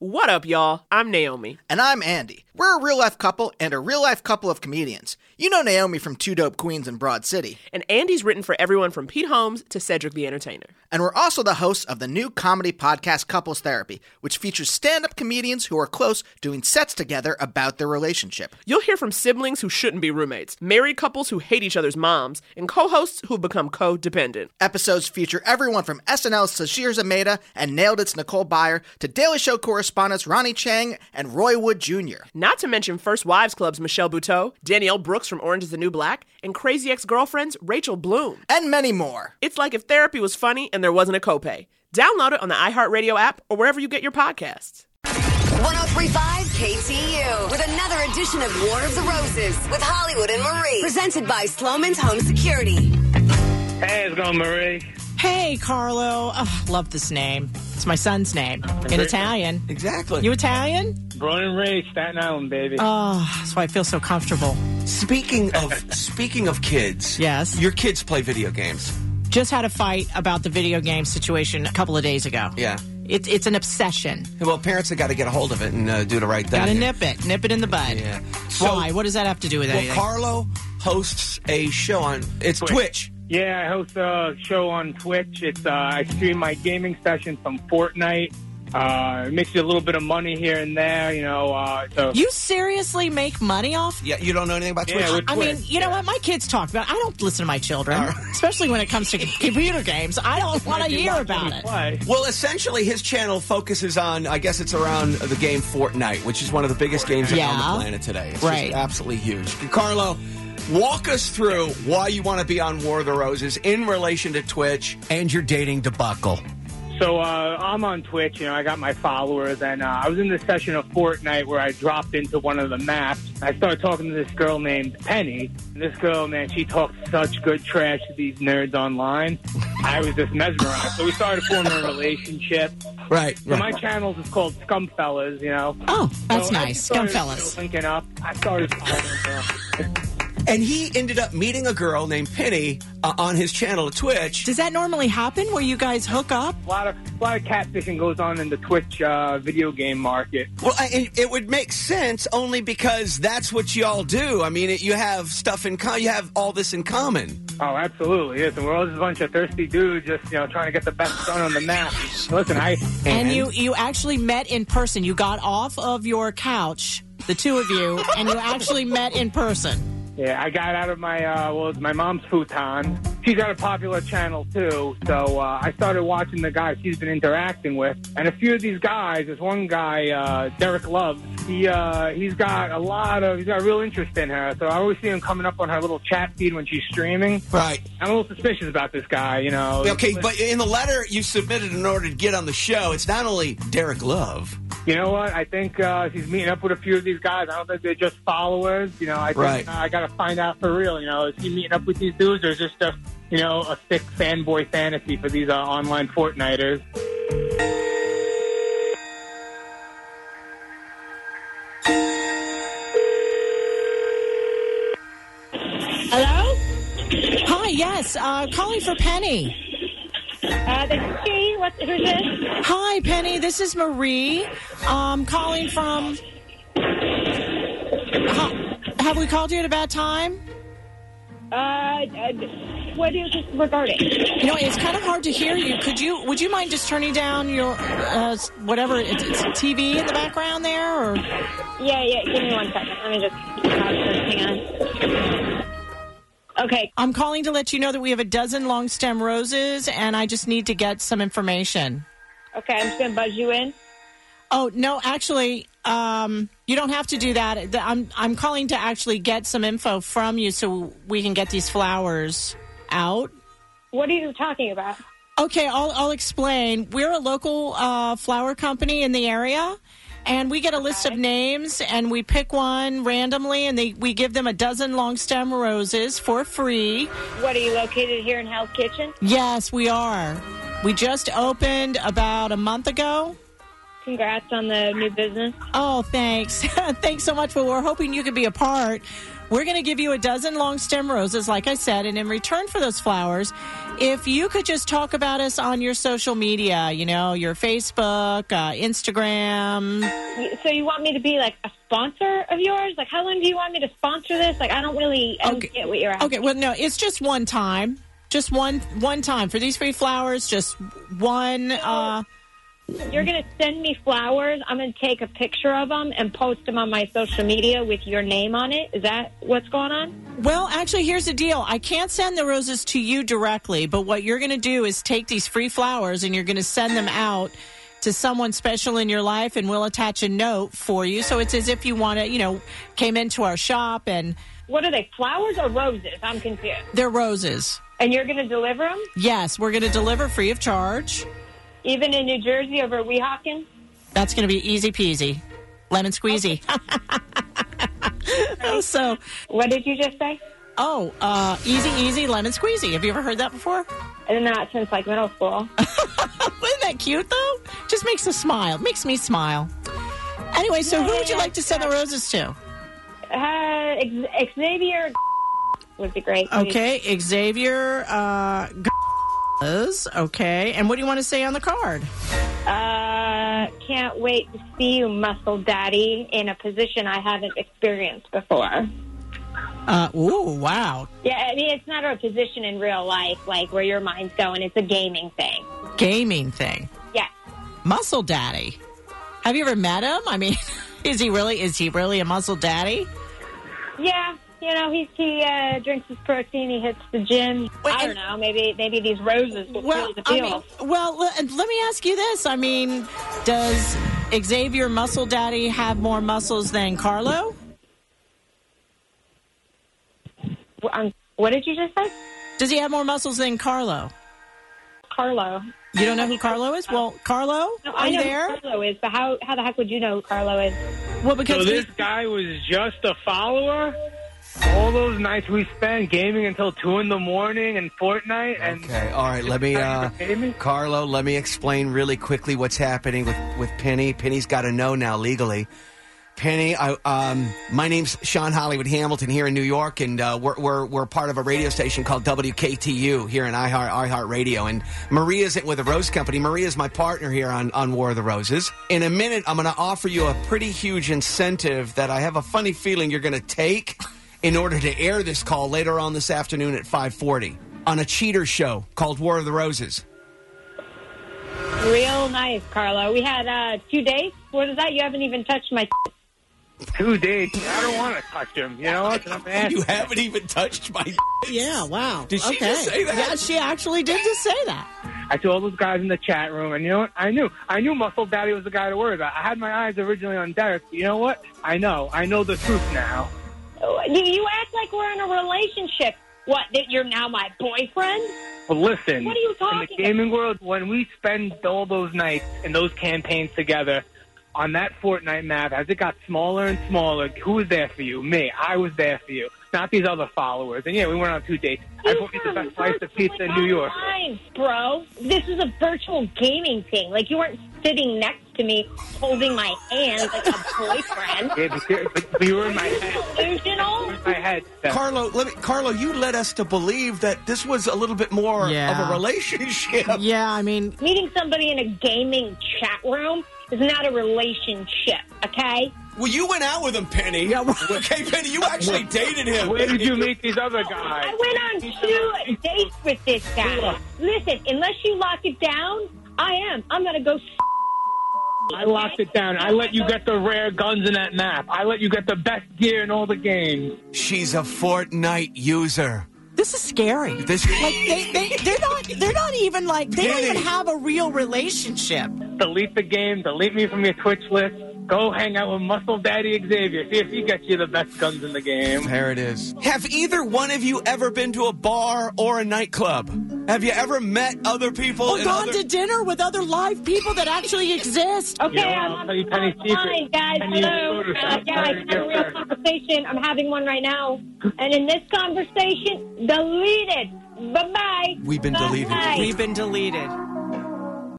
What up, y'all? I'm Naomi. And I'm Andy. We're a real life couple and a real life couple of comedians. You know Naomi from Two Dope Queens and Broad City. And Andy's written for everyone from Pete Holmes to Cedric the Entertainer. And we're also the hosts of the new comedy podcast Couples Therapy, which features stand up comedians who are close doing sets together about their relationship. You'll hear from siblings who shouldn't be roommates, married couples who hate each other's moms, and co hosts who've become codependent. Episodes feature everyone from SNL's Sashir Zameda and Nailed It's Nicole Byer to Daily Show correspondents Ronnie Chang and Roy Wood Jr. Not to mention First Wives Club's Michelle Buteau, Danielle Brooks from Orange is the New Black, and Crazy Ex Girlfriend's Rachel Bloom. And many more. It's like if therapy was funny and there wasn't a copay. Download it on the iHeartRadio app or wherever you get your podcasts. 1035 KTU with another edition of War of the Roses with Hollywood and Marie. Presented by Sloman's Home Security. Hey, it's going, Marie. Hey, Carlo. Oh, love this name. It's my son's name in Italian. Exactly. You Italian? Born and raised Staten Island, baby. Oh, that's why I feel so comfortable. Speaking of speaking of kids, Yes. your kids play video games. Just had a fight about the video game situation a couple of days ago. Yeah. It, it's an obsession. Well, parents have got to get a hold of it and uh, do the right thing. Gotta nip it. Nip it in the bud. Yeah. So- why? What does that have to do with Well, anything? Carlo hosts a show on it's Twitch. Yeah, I host a show on Twitch. It's uh, I stream my gaming sessions from Fortnite. Uh, it makes you a little bit of money here and there, you know. Uh, so you seriously make money off? Yeah, you don't know anything about Yeah, Twitch. with- I mean, you know what? My kids talk about. it. I don't listen to my children, especially when it comes to computer games. I don't want to You hear watch about me it. play. well, essentially, his channel focuses on, I guess it's around the game Fortnite, which is one of the biggest games on Yeah. the planet today. It's Right. just absolutely huge. Carlo, walk us through why you want to be on War of the Roses in relation to Twitch and your dating debacle. So uh, I'm on Twitch, you know, I got my followers, and uh, I was in the session of Fortnite where I dropped into one of the maps. I started talking to this girl named Penny. And this girl, man, she talks such good trash to these nerds online. I was just mesmerized. So we started forming a relationship. Right. So my channel is called Scumfellas, you know. Oh, that's So as nice. we Dumb started, you fellas. know, Linking up. I started following her. And he ended up meeting a girl named Penny uh, on his channel at Twitch. Does that normally happen where you guys hook up? A lot of a lot of catfishing goes on in the Twitch uh, video game market. Well, I, and it would make sense only because that's what y'all do. I mean, it, you have stuff in common. You have all this in common. Oh, absolutely. Yes, and we're all just a bunch of thirsty dudes, just you know, trying to get the best done on the map. Listen, I And, you you actually met in person. You got off of your couch, the two of you, and you actually met in person. yeah, I got out of my uh, well, it's my mom's futon. She's got a popular channel too, so uh, I started watching the guys she's been interacting with, and a few of these guys. There's one guy, uh, Derek Love. He uh, he's got a lot of he's got real interest in her, so I always see him coming up on her little chat feed when she's streaming. Right. I'm a little suspicious about this guy, you know. Okay, but in the letter you submitted in order to get on the show, it's not only Derek Love. You know what? I think uh, he's meeting up with a few of these guys. I don't think they're just followers. You know, I think Right. uh, I got to find out for real. You know, is he meeting up with these dudes or is this just, you know, a thick fanboy fantasy for these uh, online Fortniters? Hello? Hi, yes. Uh, calling for Penny. Uh, this is she. What, who's this? Hi, Penny. This is Marie. Um, calling from. Ha- have we called you at a bad time? Uh, uh, what is this regarding? You know, it's kind of hard to hear you. Could you? Would you mind just turning down your uh, s- whatever it's, it's TV in the background there? Or Yeah, yeah. Give me one second. Let me just hang on. uh, Okay. I'm calling to let you know that we have a dozen long stem roses, and I just need to get some information. Okay. I'm just gonna buzz you in. Oh no, actually, um, you don't have to do that. The- I'm I'm calling to actually get some info from you so we can get these flowers out. What are you talking about? Okay, I'll, I'll explain. We're a local uh, flower company in the area, and we get a list of names, and we pick one randomly, and they, we give them a dozen long stem roses for free. What are you located here in Hell's Kitchen? Yes, we are. We just opened about a month ago. Congrats on the new business. Oh, thanks. thanks so much. Well, we're hoping you could be a part. We're going to give you a dozen long stem roses, like I said. And in return for those flowers, if you could just talk about us on your social media, you know, your Facebook, uh, Instagram. So you want me to be like a sponsor of yours? Like, how long do you want me to sponsor this? Like, I don't really I don't Okay. get what you're asking. Okay, well, no, it's just one time. Just one one time for these free flowers. Just one. Uh, You're going to send me flowers. I'm going to take a picture of them and post them on my social media with your name on it. Is that what's going on? Well, actually, here's the deal. I can't send the roses to you directly, but what you're going to do is take these free flowers and you're going to send them out to someone special in your life, and we'll attach a note for you. So it's as if you want to, you know, came into our shop and What are they, flowers or roses? I'm confused. they're roses. And you're going to deliver them, Yes, we're going to deliver free of charge. even in New Jersey over at Weehawken? That's going to be easy peasy, lemon squeezy. so, What did you just say? oh, uh, easy, easy, lemon squeezy. Have you ever heard that before? And not since like middle school. Uh, Isn't that cute though? Just makes us smile. Makes me smile. Anyway, so who would you like to send the roses to? Uh, Ex- Xavier would be great. Okay, Xavier. Uh, Gomez. okay, and what do you want to say on the card? Uh, can't wait to see you, muscle daddy, in a position I haven't experienced before. Uh, ooh, wow, Yeah, I mean, it's not a position in real life, like where your mind's going. It's a gaming thing. gaming thing, Yeah. muscle daddy. Have you ever met him? I mean, is he really? Is he really a muscle daddy? Yeah. You know, he's, he uh, drinks his protein, he hits the gym. Wait, I don't know, maybe maybe these roses will Well, fill the I field. mean, well, le- and let me ask you this. I mean, does Xavier Muscle Daddy have more muscles than Carlo? um, what did you just say? Does he have more muscles than Carlo? Carlo. You don't know who Carlo is? Well, Carlo, No, are I you know there? who Carlo is, but how, how the heck would you know who Carlo is? So Well, because this guy was just a follower. All those nights we spent gaming until two in the morning and Fortnite, and Okay, all right. Let me, uh, Carlo. Let me explain really quickly what's happening with with Penny. Penny's got to know now legally. Penny, I, um, my name's Sean Hollywood Hamilton here in New York, and uh, we're, we're we're part of a radio station called WKTU here in iHeart iHeart Radio. And Maria's at with the Rose Company. Maria's my partner here on on War of the Roses. In a minute, I'm going to offer you a pretty huge incentive that I have a funny feeling you're going to take in order to air this call later on this afternoon at 5:40 on a cheater show called War of the Roses. Real nice, Carlo. We had uh, two dates. What is that? You haven't even touched my. two days. I don't want to touch him. You know what? I'm asking. You haven't even touched my. yeah, wow. Did she okay. just say that? Yeah, she actually did just say that. I told those guys in the chat room, and you know what? I knew. I knew Muscle Daddy was the guy to worry about. I had my eyes originally on Derek, but you know what? I know. I know the truth now. You, you act like we're in a relationship. What? That you're now my boyfriend? But listen, What are you in talking the gaming world, when we spend all those nights and those campaigns together on that Fortnite map, as it got smaller and smaller, who was there for you? Me. I was there for you. Not these other followers. And yeah, we went on two dates. I You bought you the come best slice of virtually pizza in New York. online, bro. This is a virtual gaming thing. Like you weren't sitting next to me holding my hand like a boyfriend. Yeah, but, you're- but, but you were in my head. You Delusional. were in my head. Steph. Carlo, let me, Carlo, you led us to believe that this was a little bit more of Yeah. a relationship. Yeah, I mean, Meeting somebody in a gaming chat room is not a relationship. Okay. Well, you went out with him, Penny. Yeah, well- okay, Penny, you actually dated him. Where did you meet these other guys? I went on two dates with this guy. Listen, unless you lock it down, I am. I'm gonna go. I locked it down. I let you get the rare guns in that map. I let you get the best gear in all the games. She's a Fortnite user. this is scary. This Like they, they they're not they're not even like they don't even have a real relationship. Delete the game. Delete me from your Twitch list. Go hang out with Muscle Daddy Xavier. See if he gets you the best guns in the game. There it is. Have either one of you ever been to a bar or a nightclub? Have you ever met other people? Or in Oh, gone other- to dinner with other live people that actually exist. Okay, You know, I'm I'll on tell you Penny's the line, secret. guys. Penny is Hello. a Uh, loser. yeah, I had a real conversation. I'm having one right now. And in this conversation, deleted. Bye bye. We've been deleted. We've been deleted.